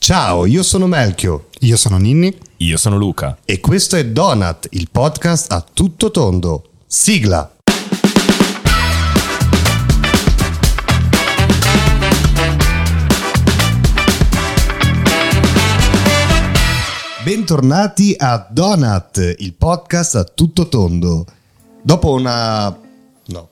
Ciao, io sono Melchio Io sono Ninni. Io sono Luca. e questo è Donut, il podcast a tutto tondo. Sigla! Bentornati a Donut, il podcast a tutto tondo. Dopo una... no.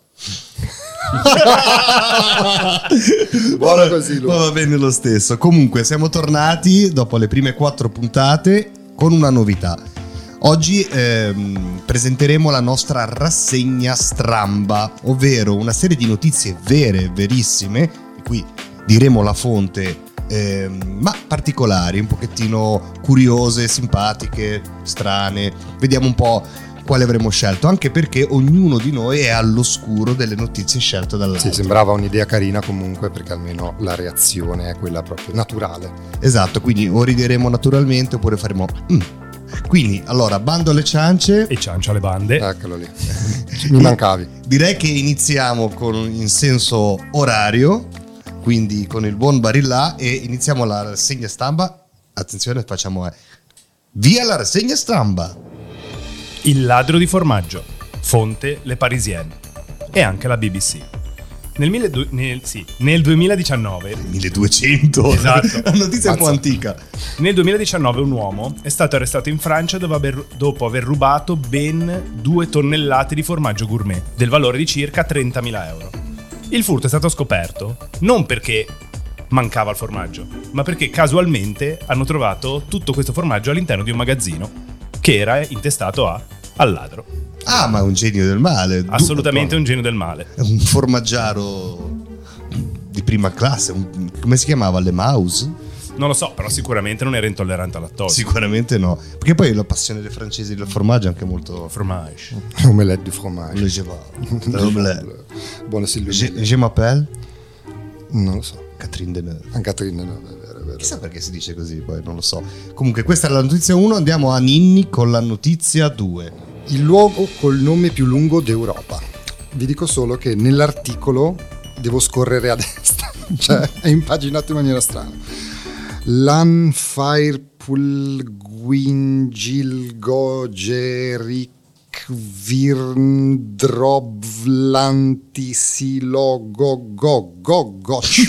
Buona così, Ma Luca. va bene lo stesso. Comunque, siamo tornati dopo le prime quattro puntate con una novità. Oggi ehm, presenteremo la nostra rassegna stramba, ovvero una serie di notizie vere, verissime, e qui diremo la fonte, ehm, ma particolari, un pochettino curiose, simpatiche, strane. Vediamo un po' quale avremo scelto, anche perché ognuno di noi è all'oscuro delle notizie scelte dall'altro. Sì, sembrava un'idea carina comunque perché almeno la reazione è quella proprio naturale. Esatto, quindi o rideremo naturalmente oppure faremo... "Mm". Quindi, allora, bando alle ciance, E ciancio alle Eh. bande. Eccolo lì. Mi mancavi. direi che iniziamo con, in senso orario, quindi con il buon Barilla e iniziamo la rassegna stampa. Attenzione, facciamo... eh, Via la rassegna stampa! Il ladro di formaggio. Fonte Le Parisienne. E anche la BBC. Nel, mille du- nel- sì, nel 2019, 1200! Esatto. La notizia è un po' Mazza. antica. nel 2019 un uomo è stato arrestato in Francia dopo aver, dopo aver rubato ben 2 tonnellate di formaggio gourmet, del valore di circa 30.000 euro. Il furto è stato scoperto non perché mancava il formaggio, ma perché casualmente hanno trovato tutto questo formaggio all'interno di un magazzino che era intestato a, al ladro. Ah, ma è un genio del male. Du- Assolutamente un genio del male. È un formaggiaro di prima classe, un- come si chiamava? Le mouse? Non lo so, però sicuramente non era intollerante al lattosio. Sicuramente no. Perché poi la passione dei francesi del formaggio è anche molto. Fromage. Omelette du fromage. Le Geval. Buona Je, Silvia. je m'appelle Non lo so. Catherine Deneuve. Anche a Trine, no, è vero, è vero. Chissà perché si dice così, poi non lo so. Comunque, questa era la notizia 1. Andiamo a Ninni con la notizia 2. Il luogo col nome più lungo d'Europa. Vi dico solo che nell'articolo devo scorrere a destra, cioè è impaginato in maniera strana. Lanfairpul Guingilgogeric Virndrovlantisilogogogogosh.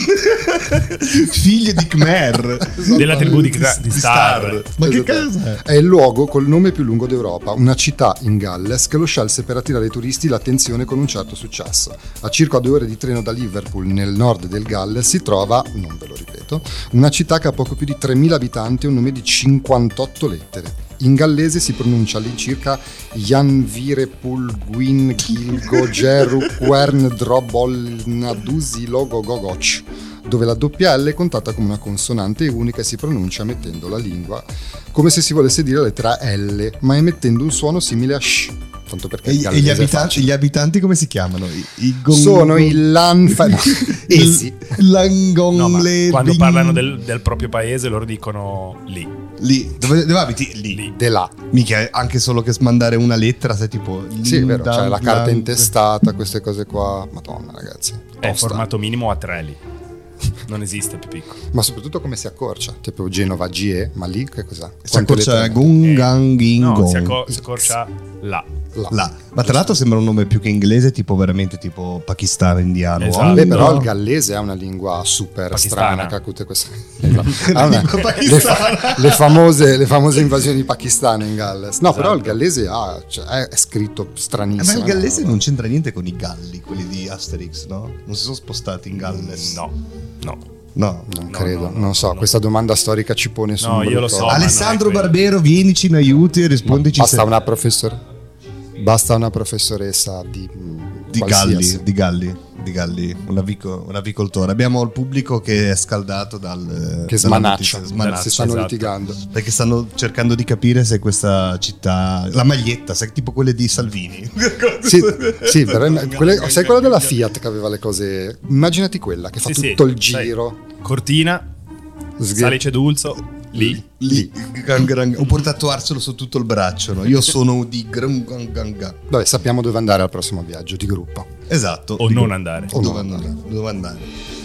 Figlio di Khmer. Della tribù di, Cra- di Star. Ma che Esatto. cazzo è? È il luogo col nome più lungo d'Europa, una città in Galles che lo scelse per attirare ai turisti l'attenzione con un certo successo. A circa due ore di treno da Liverpool, nel nord del Galles, si trova, non ve lo ripeto, una città che ha poco più di 3.000 abitanti e un nome di 58 lettere. In gallese si pronuncia all'incirca Janvirepul Gwyn Gilgo Geru Quern Drobol Nadusi Logo Gogoch dove la doppia L è contata come una consonante unica e si pronuncia mettendo la lingua, come se si volesse dire la lettera L, ma emettendo un suono simile a sh. Tanto perché E, il e gallese gli, è abitanti, facile. gli abitanti come si chiamano? I, i gong- sono Eh i lanfa. Essi. Il- Langonle. No, ma quando Bing- parlano del, del proprio paese loro dicono lì. Lì. Dove, dove abiti? Lì. Lì. De là. Mica, anche solo che mandare una lettera, sei tipo... Sì, è vero, Linda- cioè la carta Land- intestata, queste cose qua. Madonna, ragazzi. È tosta. formato minimo a tre lì. Non esiste più piccolo. Ma soprattutto come si accorcia? Tipo Genova GE, ma lì che cos'è? Si accorcia Gun Gungangingon. Eh, No, si, acco- si accorcia là. Là. Ma tra l'altro sembra un nome più che inglese, tipo veramente tipo pakistano, indiano. Eh, Esatto. Beh, No. Eh, però il gallese è una lingua super Pakistana. strana che ha tutte queste Ah, beh, lingua le, pakistana. le famose, le famose invasioni pakistane in Galles. No, però il Esatto. gallese ha- cioè, è, è scritto Eh, Ma stranissimo. il gallese non c'entra niente con i galli, quelli di Asterix, no? Non si sono spostati in Galles. No, no. No. Non No, credo, no, no, non so, no. questa domanda storica ci pone su. No, non me io lo so, ricordo. ma Alessandro non è quello. Barbero, vienici in aiuti e rispondici Basta se- una professoressa. Basta una professoressa di, mm, di qualsiasi. galli, di galli, di galli, un, avico- un avicoltore. Abbiamo il pubblico che è scaldato dal... che dalla smanaccia, notizia, si smanaccia. stanno esatto. litigando. Perché stanno cercando di capire se questa città. La maglietta, se tipo quelle di Salvini. Sì, sì, però imma- quelle- sai quella della Fiat che aveva le cose. Immaginati quella che fa Sì, sì, tutto il sai. giro. Cortina, sghe- Salice Dulzo, lì. Lì. Gang, gang. Oppure tatuarselo su tutto il braccio. no? Io sono di. gran- gang, gang, gang. Vabbè, sappiamo dove andare al prossimo viaggio di gruppo. Esatto. O Di- Oh. non andare. O dove No. andare. Dove andare.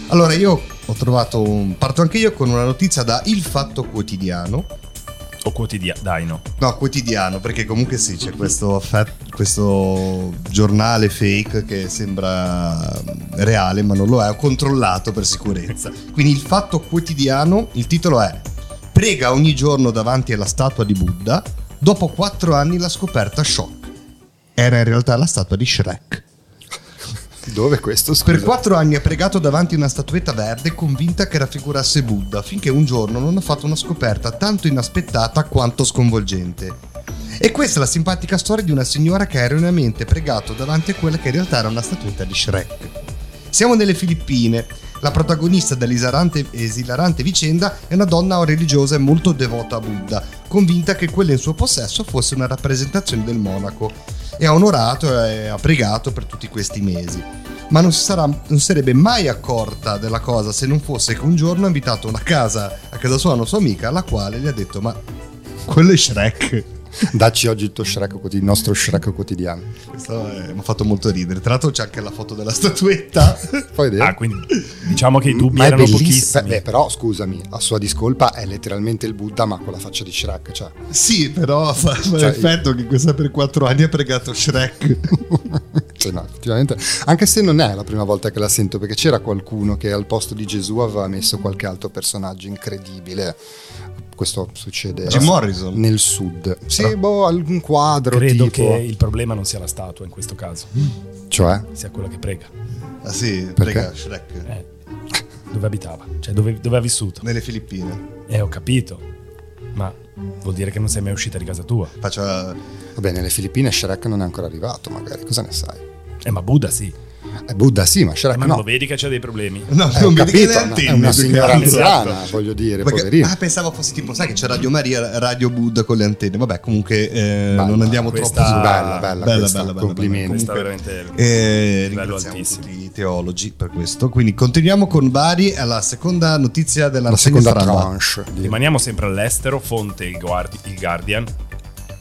Allora, io ho trovato un... Parto anche io con una notizia da Il Fatto Quotidiano. O quotidiano, dai no. No, quotidiano, perché comunque sì, c'è questo, fa- questo giornale fake che sembra mm, reale, ma non lo è. Ho controllato per sicurezza. Quindi il fatto quotidiano, il titolo è Prega ogni giorno davanti alla statua di Buddha, dopo quattro anni la scoperta shock. Era in realtà la statua di Shrek. Dove questo? Scusa. Per quattro anni ha pregato davanti una statuetta verde convinta che raffigurasse Buddha, finché un giorno non ha fatto una scoperta tanto inaspettata quanto sconvolgente. E questa è la simpatica storia di una signora che ha erroneamente pregato davanti a quella che in realtà era una statuetta di Shrek. Siamo nelle Filippine. La protagonista dell'esilarante esilarante vicenda è una donna religiosa e molto devota a Buddha, convinta che quella in suo possesso fosse una rappresentazione del monaco, e ha onorato e ha pregato per tutti questi mesi. Ma non, si sarà- non sarebbe mai accorta della cosa se non fosse che un giorno ha invitato una casa, a casa sua una sua amica, la quale gli ha detto: Ma quello è Shrek. Dacci oggi il tuo Shrek quotidi- il nostro Shrek quotidiano. Questo è- mi ha fatto molto ridere. Tra l'altro c'è anche la foto della statuetta. Fai vedere. Ah, quindi diciamo che i dubbi Ma è eh, erano bellissimo. pochissimi. Beh, però scusami, a sua discolpa è letteralmente il Buddha, ma con la faccia di Shrek. Cioè, sì, però fa, fa Cioè, l'effetto che questa per quattro anni ha pregato Shrek. cioè, no, effettivamente. Anche se non è la prima volta che la sento, perché c'era qualcuno che al posto di Gesù aveva messo qualche altro personaggio incredibile. Questo succede Jim Morrison. nel sud. Sì, Però- boh, algún quadro Credo tipo. che il problema non sia la statua in questo caso, Cioè, sia quella che prega. Ah sì, prega Perché? Shrek. Eh, dove abitava? Cioè dove, dove ha vissuto? Nelle Filippine. Eh, ho capito. Ma vuol dire che non sei mai uscita di casa tua. Faccio... vabbè, nelle Filippine Shrek non è ancora arrivato, magari. Cosa ne sai? Eh, ma Buddha sì. È Buddha sì, ma Eh, Shrek ma non no. lo vedi che c'ha dei problemi? No, Eh, ho non vedi che capito, le ma è antenne, una più che signora altro. anziana, voglio dire, Perché- poverina. ah, pensavo fosse tipo, sai che c'è Radio Maria, Radio Buddha con le antenne. Vabbè, comunque eh, Bella, non andiamo questa- troppo su. bella, bella, Bella, questa, bella, bella, complimenti. Questa veramente Eh, livello ringraziamo altissimo. tutti i teologi per questo. Quindi continuiamo con vari alla seconda notizia della la rassegna seconda stampa. tranche. di- Rimaniamo sempre all'estero, fonte il, Guardi- il Guardian,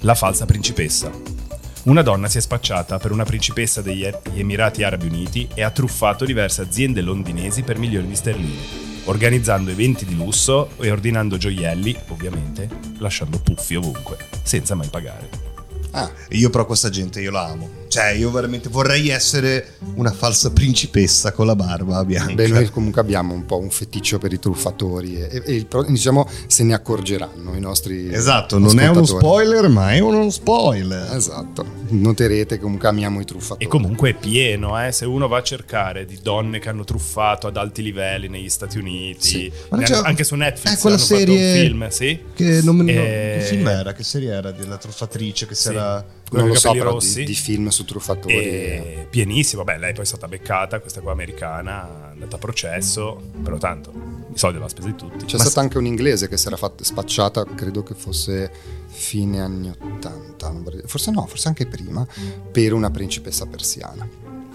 la falsa principessa. Una donna si è spacciata per una principessa degli E- Emirati Arabi Uniti e ha truffato diverse aziende londinesi per milioni di sterline, organizzando eventi di lusso e ordinando gioielli, ovviamente, lasciando puffi ovunque, senza mai pagare. Ah, E Io però questa gente io la amo. Cioè, io veramente vorrei essere una falsa principessa con la barba bianca. beh, noi comunque abbiamo un po' un feticcio per i truffatori e, e- e il pro- diciamo se ne accorgeranno i nostri Esatto, non è uno ascoltatori. spoiler, ma è uno spoiler. Esatto, noterete che comunque amiamo i truffatori. E comunque è pieno, eh? se uno va a cercare di donne che hanno truffato ad alti livelli negli Stati Uniti, Sì. Ma non ne c'è- hanno- anche su Netflix Eh, quella hanno fatto serie- un film, sì? Che, non, me- Eh, che film era? Che serie era della truffatrice che si Sì. era... non con lo i so capelli però rossi. di, di film su truffatori. E pienissimo, beh, lei poi è stata beccata, questa qua americana, è andata a processo, però tanto, i soldi l'ha spesi tutti. C'è Ma stata anche un'inglese che si era fatta spacciata, credo che fosse fine anni 80, non vorrei- forse no, forse anche prima, per una principessa persiana.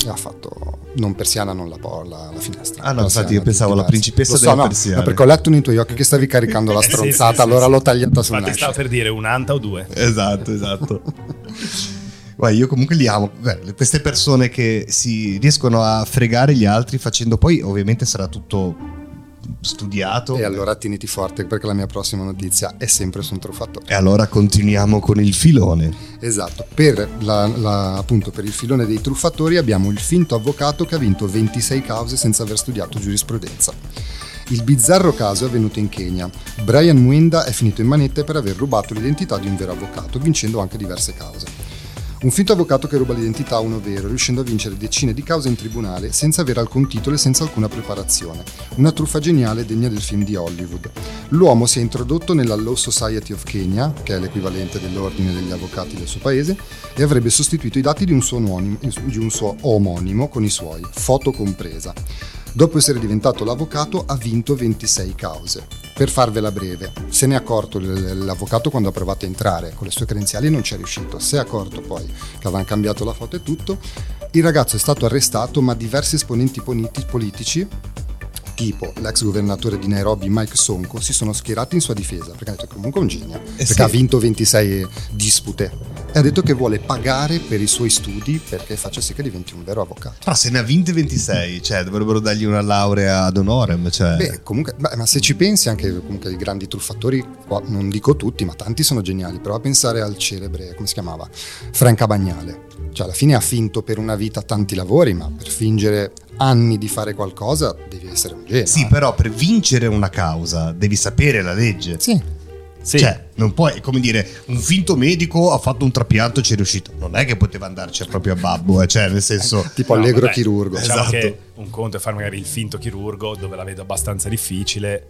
E ha fatto, non persiana, non la, por- la, la finestra. Ah, no, persiana, infatti io di- pensavo alla diversa. principessa Lo so, delle no, persiane. no, perché ho letto nei tuoi occhi che stavi caricando la Eh, sì, stronzata, sì, sì, allora sì. l'ho tagliata su Infatti stavo Nash. per dire un'anta o due. Esatto, esatto. Guarda, io comunque li amo. Guarda, queste persone che si riescono a fregare gli altri facendo poi, ovviamente sarà tutto studiato. E allora tieniti forte perché la mia prossima notizia è sempre su un truffatore. E allora continuiamo con il filone. Esatto, per, la- la- appunto, per il filone dei truffatori abbiamo il finto avvocato che ha vinto 26 cause senza aver studiato giurisprudenza. Il bizzarro caso è avvenuto in Kenya. Brian Mwenda è finito in manette per aver rubato l'identità di un vero avvocato, vincendo anche diverse cause. Un finto avvocato che ruba l'identità a uno vero, riuscendo a vincere decine di cause in tribunale senza avere alcun titolo e senza alcuna preparazione. Una truffa geniale degna del film di Hollywood. L'uomo si è introdotto nella Law Society of Kenya, che è l'equivalente dell'ordine degli avvocati del suo paese, e avrebbe sostituito i dati di un suo, omonimo- di un suo omonimo con i suoi, foto compresa. Dopo essere diventato l'avvocato ha vinto 26 cause. Per farvela breve, se ne è accorto l- l'avvocato quando ha provato a entrare, con le sue credenziali non ci è riuscito, si è accorto poi che avevano cambiato la foto e tutto, il ragazzo è stato arrestato ma diversi esponenti poniti- politici tipo l'ex governatore di Nairobi Mike Sonko, si sono schierati in sua difesa perché hanno detto che comunque è un genio, perché sì. ha vinto 26 dispute e ha detto che vuole pagare per i suoi studi perché faccia sì che diventi un vero avvocato. Però se ne ha vinte 26, cioè dovrebbero dargli una laurea ad honorem, cioè... Beh, comunque, beh, ma se ci pensi anche comunque i grandi truffatori, qua non dico tutti, ma tanti sono geniali. Prova a pensare al celebre, come si chiamava? Franca Bagnale. Cioè, alla fine ha finto per una vita tanti lavori, ma per fingere anni di fare qualcosa devi essere un genio. Sì, eh. però per vincere una causa devi sapere la legge. Sì. Sì. Cioè, non puoi, è come dire, un finto medico ha fatto un trapianto e ci è riuscito. Non è che poteva andarci proprio a babbo, eh, cioè, nel senso... Tipo No, allegro vabbè, chirurgo. Diciamo Esatto. che un conto è fare magari il finto chirurgo, dove la vedo abbastanza difficile.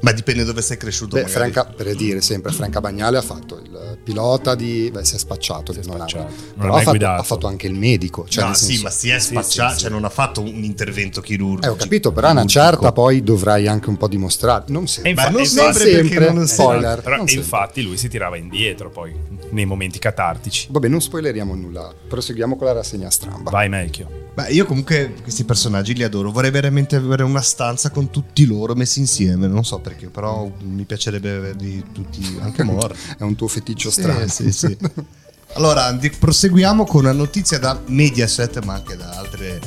Ma dipende dove sei cresciuto. Beh, magari. Franca, per dire sempre, Franca Bagnale ha fatto il pilota di... Beh, si è spacciato, non ha- spacciato. cioè, Non Ah, però ha, ha mai fatto, guidato. ha fatto anche il medico. Cioè no, nel sì, senso- ma si è Sì, sì, spacciato, sì. cioè non ha fatto un intervento chirurgico. Eh, ho capito, però è una certa poi dovrai anche un po' dimostrare. Non E sempre. Ma infatti, non e sempre, infatti- perché sempre. non Eh, sempre. spoiler. Però- non e sempre. infatti lui si tirava indietro poi nei momenti catartici. Vabbè, non spoileriamo nulla, proseguiamo con la rassegna stramba. Vai Melchio. Beh, io comunque questi personaggi li adoro. Vorrei veramente avere una stanza con tutti loro messi insieme. Non so perché, però mi piacerebbe averli tutti anche morti. È un tuo feticcio Sì, strano. Eh, sì, sì. Allora, di- proseguiamo con una notizia da Mediaset, ma anche da altre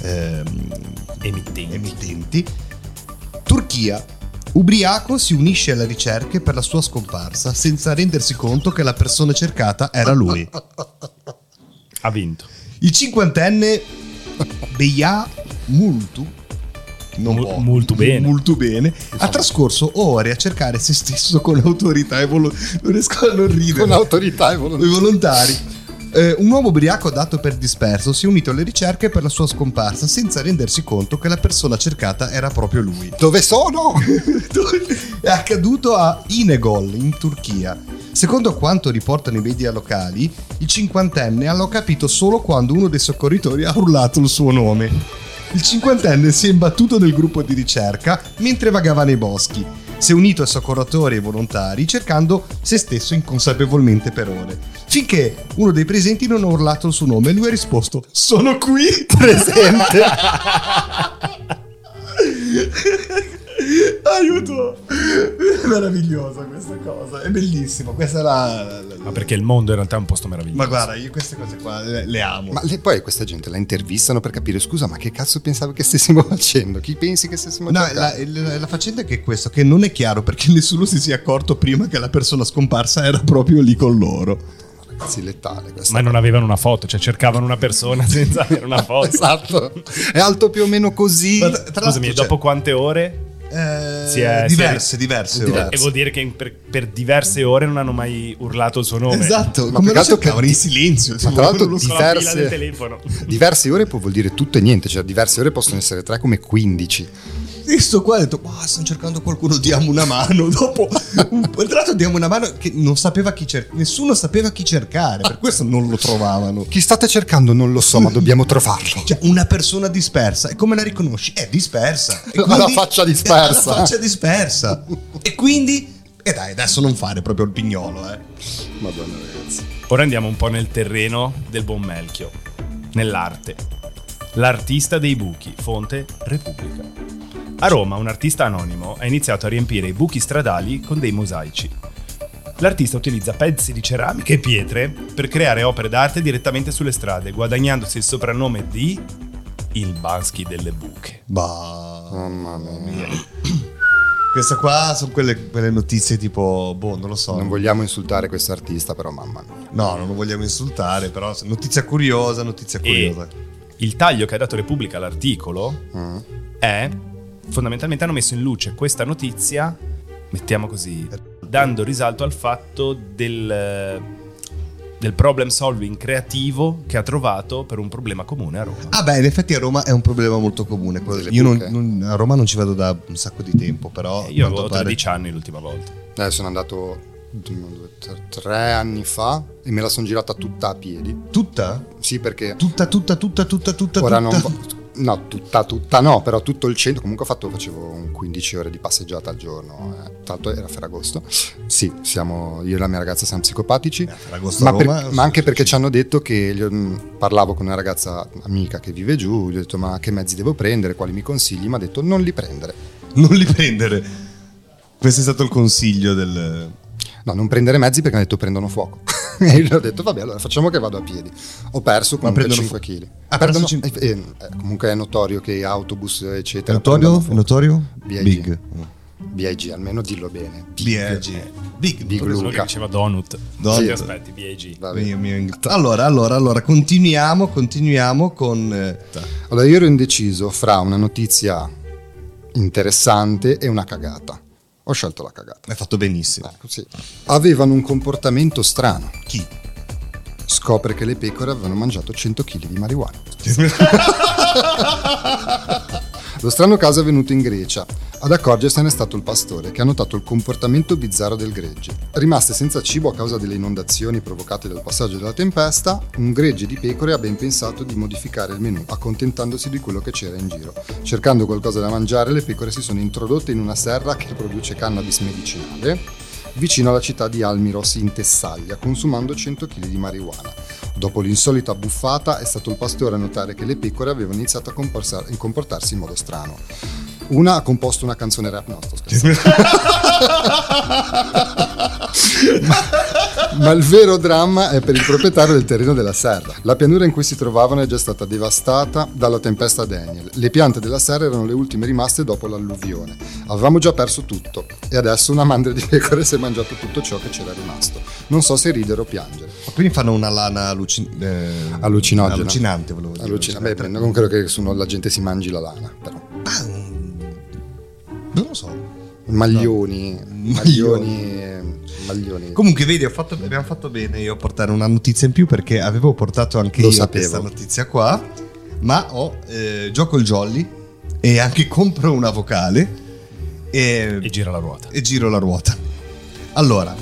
ehm, Emittenti. emittenti. Turchia. Ubriaco si unisce alle ricerche per la sua scomparsa senza rendersi conto che la persona cercata era lui. Ha vinto. Il cinquantenne Beya Multu non Mol- può- molto bene. molto bene, ha trascorso ore a cercare se stesso con autorità e volo- non riesco a non ridere Con autorità e i volontà. volontari. Eh, un uomo ubriaco dato per disperso si è unito alle ricerche per la sua scomparsa senza rendersi conto che la persona cercata era proprio lui. Dove sono? è accaduto a Inegol, in Turchia. Secondo quanto riportano i media locali, il cinquantenne l'ho capito solo quando uno dei soccorritori ha urlato il suo nome. Il cinquantenne si è imbattuto nel gruppo di ricerca mentre vagava nei boschi. Si è unito ai soccorritori e ai volontari cercando se stesso inconsapevolmente per ore. Finché uno dei presenti non ha urlato il suo nome e lui ha risposto: Sono qui! Presente. Aiuto! È meravigliosa questa cosa, è bellissimo. Questa è la. la- la- Ma perché il mondo in realtà è un posto meraviglioso. Ma guarda, io queste cose qua le, le amo. ma le- poi questa gente la intervistano per capire, scusa, ma che cazzo pensavi che stessimo facendo? Chi pensi che stessimo No, facendo? la, il- la faccenda è che è questo, che non è chiaro perché nessuno si sia accorto prima che la persona scomparsa era proprio lì con loro. Ragazzi, letale questa. Ma non avevano una foto, cioè cercavano una persona senza avere una foto. Esatto. È alto più o meno così. Ma tra- tra Scusami, l'altro, cioè, e dopo quante ore? eh, si è- diverse, si diverse. Diverse. ore. E vuol dire che per, per diverse ore non hanno mai urlato il suo nome. Esatto, Ma come più lo che altro che- cercavano in silenzio. Ma tra l'altro lo so. Con la pila Diverse- del telefono. Diverse ore può vuol dire tutto e niente, cioè diverse ore possono essere tre come 15. E sto qua ho detto, ma stanno cercando qualcuno, diamo una mano. Dopo, un po'- tra l'altro diamo una mano che non sapeva chi cercare, nessuno sapeva chi cercare, per questo non lo trovavano. Chi state cercando non lo so, ma dobbiamo trovarlo. Cioè, una persona dispersa, e come la riconosci? È dispersa. E Ha quindi- la faccia dispersa. Ha la faccia dispersa. e quindi, e dai, adesso non fare proprio il pignolo, eh. Madonna ragazzi. Ora andiamo un po' nel terreno del buon Melchio, nell'arte. L'artista dei buchi, fonte Repubblica. A Roma un artista anonimo ha iniziato a riempire i buchi stradali con dei mosaici. L'artista utilizza pezzi di ceramica e pietre per creare opere d'arte direttamente sulle strade, guadagnandosi il soprannome di Il Bansky delle buche. Bah. Mamma mia. Questa qua sono quelle, quelle notizie tipo, boh, non lo so. Non vogliamo insultare questo artista, però mamma mia. No, non lo vogliamo insultare, però se- notizia curiosa, notizia E curiosa. il taglio che ha dato Repubblica all'articolo Mm. è fondamentalmente hanno messo in luce questa notizia, mettiamo così, dando risalto al fatto del, eh, del problem solving creativo che ha trovato per un problema comune a Roma. Ah beh, in effetti a Roma è un problema molto comune. quello- Delle Io non- buche. non- a Roma non ci vado da un sacco di tempo, però... Ah, Eh, Io a avevo quanto pare- 13 anni l'ultima volta. Eh, sono andato uno, due, tre, tre anni fa e me la sono girata tutta a piedi. Tutta? Sì, perché Tutta, tutta, tutta, tutta, tutta, ora tutta. non, vo- No, tutta, tutta no, però tutto il centro, comunque ho fatto, facevo un 15 ore di passeggiata al giorno, eh. tra l'altro era Ferragosto, sì, siamo, io e la mia ragazza siamo Eh, psicopatici, ma, per- ma anche perché ci hanno detto che gli ho- mh, parlavo con una ragazza amica che vive giù, gli ho detto ma che mezzi devo prendere, quali mi consigli, mi ha detto non li prendere, Non li prendere. Questo è stato il consiglio del... no non prendere mezzi perché mi ha detto prendono fuoco. E io gli ho detto, vabbè, allora facciamo che vado a piedi. Ho perso comunque prendono 5 fu- kg. Ah, perso Perdono- cinque- eh, eh, comunque è notorio che autobus, È eccetera. notorio? prendono È fuoco. notorio? BIG. Big. BIG, almeno dillo bene. BIG. Big. Eh, Big Quello Luca. che diceva Donut. Donut. Non ti aspetti, BAG. Va bene. Mio- mio- Allora, allora, allora, continuiamo, continuiamo con... eh, Allora, io ero indeciso fra una notizia interessante e una cagata. Ho scelto la cagata. Hai fatto benissimo. Ecco, sì. Avevano un comportamento strano. Chi? Scopre che le pecore avevano mangiato 100 kg di marijuana. Lo strano caso è venuto in Grecia. Ad accorgersene è stato il pastore, che ha notato il comportamento bizzarro del gregge. Rimaste senza cibo a causa delle inondazioni provocate dal passaggio della tempesta, un gregge di pecore ha ben pensato di modificare il menù, accontentandosi di quello che c'era in giro. Cercando qualcosa da mangiare, le pecore si sono introdotte in una serra che produce cannabis medicinale vicino alla città di Almiros in Tessaglia, consumando 100 kg di marijuana. Dopo l'insolita buffata è stato il pastore a notare che le pecore avevano iniziato a comporsa- a comportarsi in modo strano. Una ha composto una canzone rap, no, sto scherzando. ma, ma il vero dramma è per il proprietario del terreno della serra. La pianura in cui si trovavano è già stata devastata dalla tempesta Daniel. Le piante della serra erano le ultime rimaste dopo l'alluvione. Avevamo già perso tutto e adesso una mandria di pecore si è mangiato tutto ciò che c'era rimasto. Non so se ridere o piangere. Ma Quindi fanno una lana allucin- eh, Allucinogena. Allucinante, volevo dire. cioè, Allucina, beh, prendo con quello che sono, la gente si mangi la lana, però. Non lo so. Maglioni, maglioni, maglioni. Comunque, vedi, ho fatto- abbiamo fatto bene io a portare una notizia in più perché avevo portato anche Lo io sapevo. questa notizia qua. Ma ho eh, gioco il jolly e anche compro una vocale e, E gira la ruota. e giro la ruota. Allora,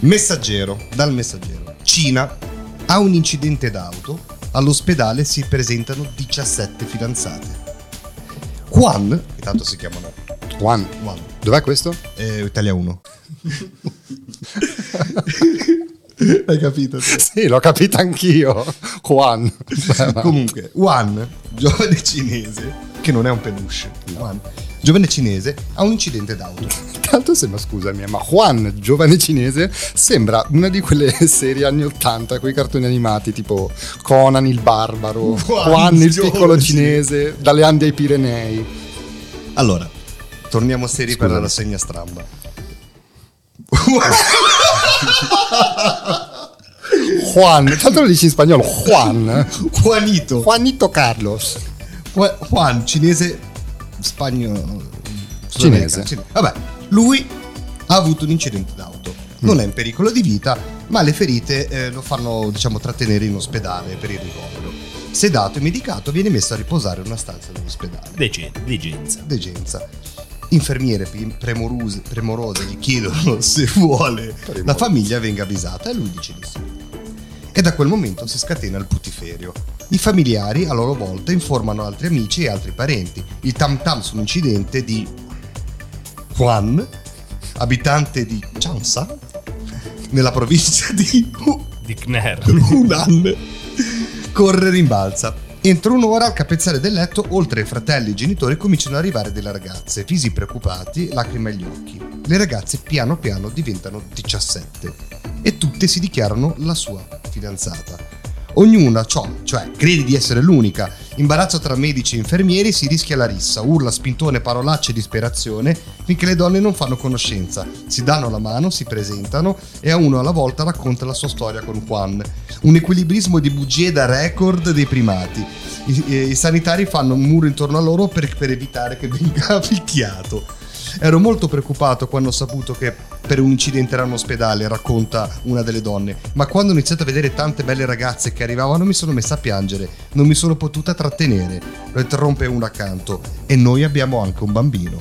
messaggero, dal messaggero. Cina ha un incidente d'auto, all'ospedale si presentano 17 fidanzate. Juan, che tanto si chiamano Juan, Juan, dov'è questo? eh, Italia 1. Hai capito? te? Sì, l'ho capito anch'io. Juan. Comunque, Juan, giovane cinese, che non è un peluche, Juan, giovane cinese, ha un incidente d'auto. Tanto sembra, scusami, eh, ma Juan, giovane cinese, sembra una di quelle serie anni 80, quei cartoni animati tipo Conan il barbaro, Juan, Juan, il giovane piccolo cinese. cinese, dalle Ande ai Pirenei. Allora, torniamo seri per la Scusami. rassegna stramba. Juan, tanto lo dici in spagnolo, Juan. eh? Juanito, Juanito Carlos. Juan, Juan, cinese, spagnolo, Cinese. sudamericano, Vabbè, lui ha avuto un incidente d'auto. Non è in pericolo di vita, ma le ferite eh, lo fanno, diciamo, trattenere in ospedale per il ricovero. Sedato e medicato, viene messo a riposare in una stanza dell'ospedale. Dece- Degenza. degenza. Infermiere prim- premoruse- premorose gli chiedono se vuole la famiglia venga avvisata e lui dice di sì. E da quel momento si scatena il putiferio. I familiari a loro volta informano altri amici e altri parenti. Il tam tam sull'incidente di Juan, abitante di Chansa, nella provincia di U- Di Kner. Certo. Hunan correre in balza. Entro un'ora al capezzale del letto, oltre ai fratelli e i genitori, cominciano ad arrivare delle ragazze, visi preoccupati, lacrime agli occhi. Le ragazze piano piano diventano 17 e tutte si dichiarano la sua fidanzata. Ognuna, ciò, cioè, crede di essere l'unica. Imbarazzo tra medici e infermieri, si rischia la rissa, urla, spintone, parolacce e disperazione, finché le donne non fanno conoscenza. Si danno la mano, si presentano e a uno alla volta racconta la sua storia con Juan. Un equilibrismo di bugie da record dei primati. I, eh, i sanitari fanno un muro intorno a loro per, per evitare che venga picchiato. Ero molto preoccupato quando ho saputo che per un incidente era in ospedale, racconta una delle donne, ma quando ho iniziato a vedere tante belle ragazze che arrivavano mi sono messa a piangere, non mi sono potuta trattenere, lo interrompe una accanto e noi abbiamo anche un bambino.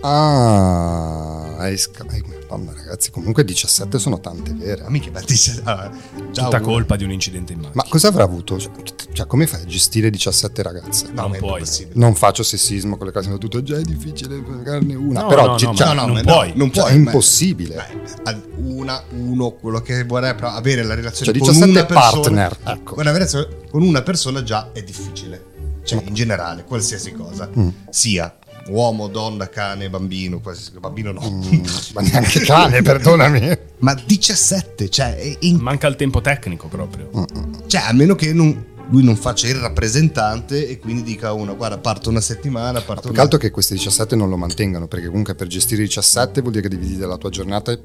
Ah, Ice Cream. Mamma ragazzi, comunque 17 sono tante vere. eh. Amiche, ma ti sei- ah, già Tutta uno. colpa di un incidente in macchina. Ma cosa avrà avuto? Cioè, come fai a gestire 17 ragazze? No, Non ma è puoi. impossibile. Non faccio sessismo con le classi, ma tutto già è difficile pagarne una. No, Però no, gi- no, cioè, ma- No, no, non ma puoi. no, non cioè, puoi. è ma- impossibile. Beh, una, uno, quello che vorrei, però avere la relazione Cioè, con 17 una persona, partner, Ah, ecco. una relazione con una persona già è difficile. Cioè, in generale, qualsiasi cosa, Mm. sia uomo, donna, cane, bambino, qualsiasi bambino no. Mm, ma neanche cane, perdonami. Ma 17, cioè, è in- Manca il tempo tecnico proprio. Mm, cioè, a meno che non- lui non faccia il rappresentante e quindi dica a uno, guarda, parto una settimana, parto Più un che altro che questi 17 non lo mantengano, perché comunque per gestire 17 vuol dire che devi dividere la tua giornata,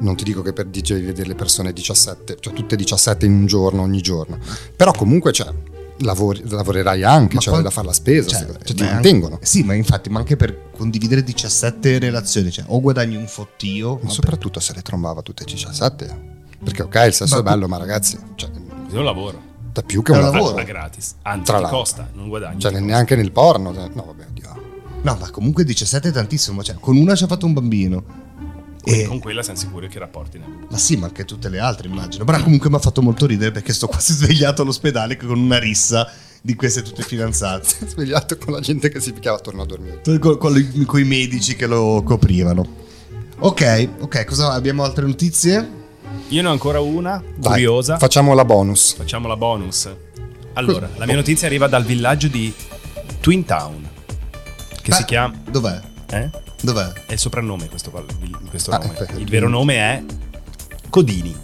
non ti dico che per di- devi vedere le persone 17, cioè tutte 17 in un giorno, ogni giorno, però comunque cioè, lavori- lavorerai anche, Ma cioè quan- avrai da fare la spesa, Cioè, se- cioè, ti ma anche- mantengono. Sì, ma infatti, ma anche per condividere 17 relazioni, cioè o guadagni un fottio, Ma vabbè, soprattutto se le trombava tutte e 17, perché ok il sesso Ma- è bello, ma ragazzi, cioè, È un lavoro. da più che È un un Tra- lavoro. lavoro, ma gratis. Anzi, Tra ti l'altro. costa, non guadagni. cioè ti ne- costa. neanche nel porno, cioè, no vabbè, oddio. No, ma comunque 17 è tantissimo. Cioè, con una ci ha fatto un bambino. Quindi E- Eh. con quella siamo sicuri che rapporti ne abbiamo. Ma sì, ma anche tutte le altre, immagino. Però comunque mi ha fatto molto ridere perché sto quasi svegliato all'ospedale con una rissa di queste tutte fidanzate. svegliato con la gente che si picchiava attorno a dormire. Con, i medici che lo coprivano. Ok, ok, cosa abbiamo altre notizie? Io ne ho ancora una, Dai, curiosa. Facciamo la bonus. Facciamo la bonus. Allora, la mia notizia arriva dal villaggio di Twin Town. Che Beh, si chiama. Dov'è? Eh? Dov'è? È il soprannome questo, pal- il- questo Ah, nome. perché- Il vero nome è Codini,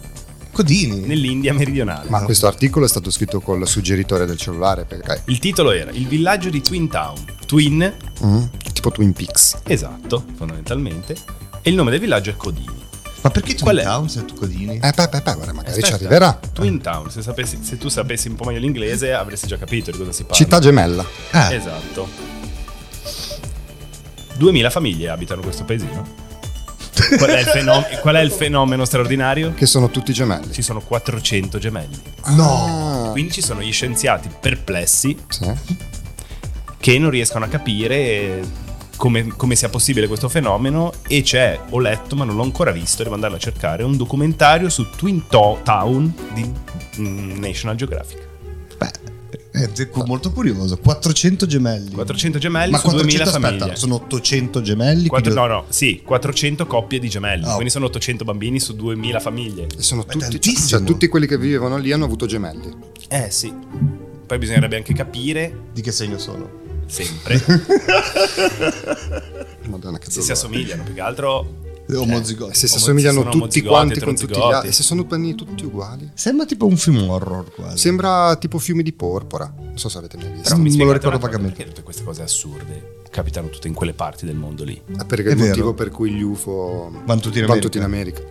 Codini. nell'India meridionale. Ma questo articolo è stato scritto col suggeritore del cellulare, perché Il titolo era Il villaggio di Twin Town. Twin, Mm, tipo Twin Peaks. esatto, fondamentalmente. E il nome del villaggio è Codini. Ma perché tu Qual è? Town sei tu Codini? Eh, beh, beh, beh, guarda, magari ci Aspetta, arriverà. Twin Town, se, sapessi- se tu sapessi un po' meglio l'inglese avresti già capito di cosa si parla. Città gemella. Ah, Esatto. 2000 famiglie abitano questo paesino. Qual è il, fenom- qual è il fenomeno straordinario? Che sono tutti gemelli. Ci sono 400 gemelli. No. Ah, Quindi ci sono gli scienziati perplessi sì. che non riescono a capire eh, come, come sia possibile questo fenomeno e c'è, ho letto ma non l'ho ancora visto, devo andarlo a cercare, un documentario su Twin To- Town di mm, National Geographic. Beh, è molto curioso. 400 gemelli. 400 gemelli ma su 2000 aspetta, famiglie. sono 800 gemelli. Quattro- quindi- no, no, sì, 400 coppie di gemelli, Oh. quindi sono 800 bambini su 2000 famiglie. E sono Ma tutti, cioè, tantissimo. tutti quelli che vivevano lì hanno avuto gemelli. Eh sì. Poi bisognerebbe anche capire, Di che segno sono? sempre, Madonna, che se si dolore. assomigliano, più che altro... Omozigote. E Eh, se si Omo- assomigliano sono tutti omozigoti, quanti con tutti gli eterozigoti. altri. E se sono panini tutti uguali. Sembra tipo un film horror quasi. Sembra tipo fiumi di porpora. Non so se avete mai visto. Però- me lo spiegate ricordo una cosa, vagamente. Perché tutte queste cose assurde capitano tutte in quelle parti del mondo lì. Ah, Perché è È il vero. motivo per cui gli UFO Vanno tutti in America. vanno tutti in America.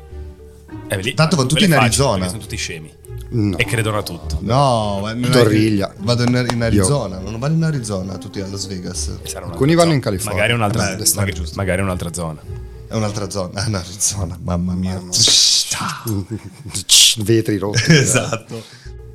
Eh, lì Tanto vanno sono tutti quelle in facili, Arizona. perché Sono tutti scemi No. e credono a tutto. No, ma non è- Torriglia. Vado in, in Arizona, non vado in Arizona, tutti a Las Vegas. E sarà un'altra Alcuni vanno zona. in California. Magari Eh beh, un'altra, d'estate, magari, giusto. magari un'altra zona. È un'altra zona, è un'Arizona, mamma mia. Mamma Vetri rotti. esatto.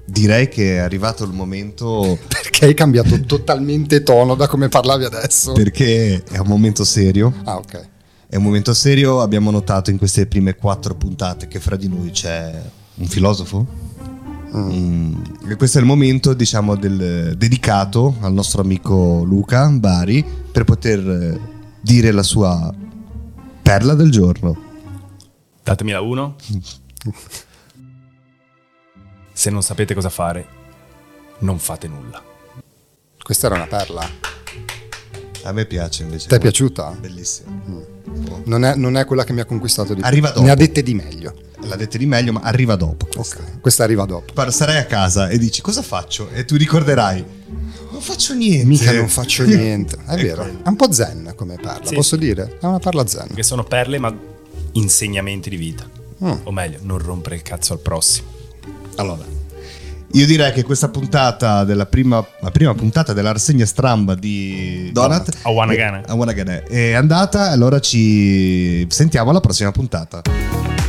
Direi che è arrivato il momento Perché hai cambiato totalmente tono da come parlavi adesso? perché è un momento serio. Ah, ok. È un momento serio, abbiamo notato in queste prime quattro puntate che fra di noi c'è un filosofo. Mm, e questo è il momento, diciamo, del- dedicato al nostro amico Luca Bari per poter eh, dire la sua perla del giorno. Datemi la 1. Se non sapete cosa fare, non fate nulla. Questa era una perla. Ti A me piace invece. Mm. è piaciuta? Bellissimo. Non è, non è quella che mi ha conquistato di più. Arriva dopo. Ne ha dette di meglio. La dette di meglio, ma arriva dopo. questa. Ok. Questa arriva dopo. Par- Sarai a casa e dici cosa faccio? E tu ricorderai, non faccio niente. Mica non faccio niente. È Ecco. vero. È un po' zen come perla, Sì. posso dire? È una perla zen. Che sono perle, ma insegnamenti di vita. Mm. O meglio, non rompere il cazzo al prossimo. Allora, io direi che questa puntata della prima, la prima puntata della rassegna stramba di Donat A Wanagana. è- a Wanagana è andata, allora ci sentiamo alla prossima puntata.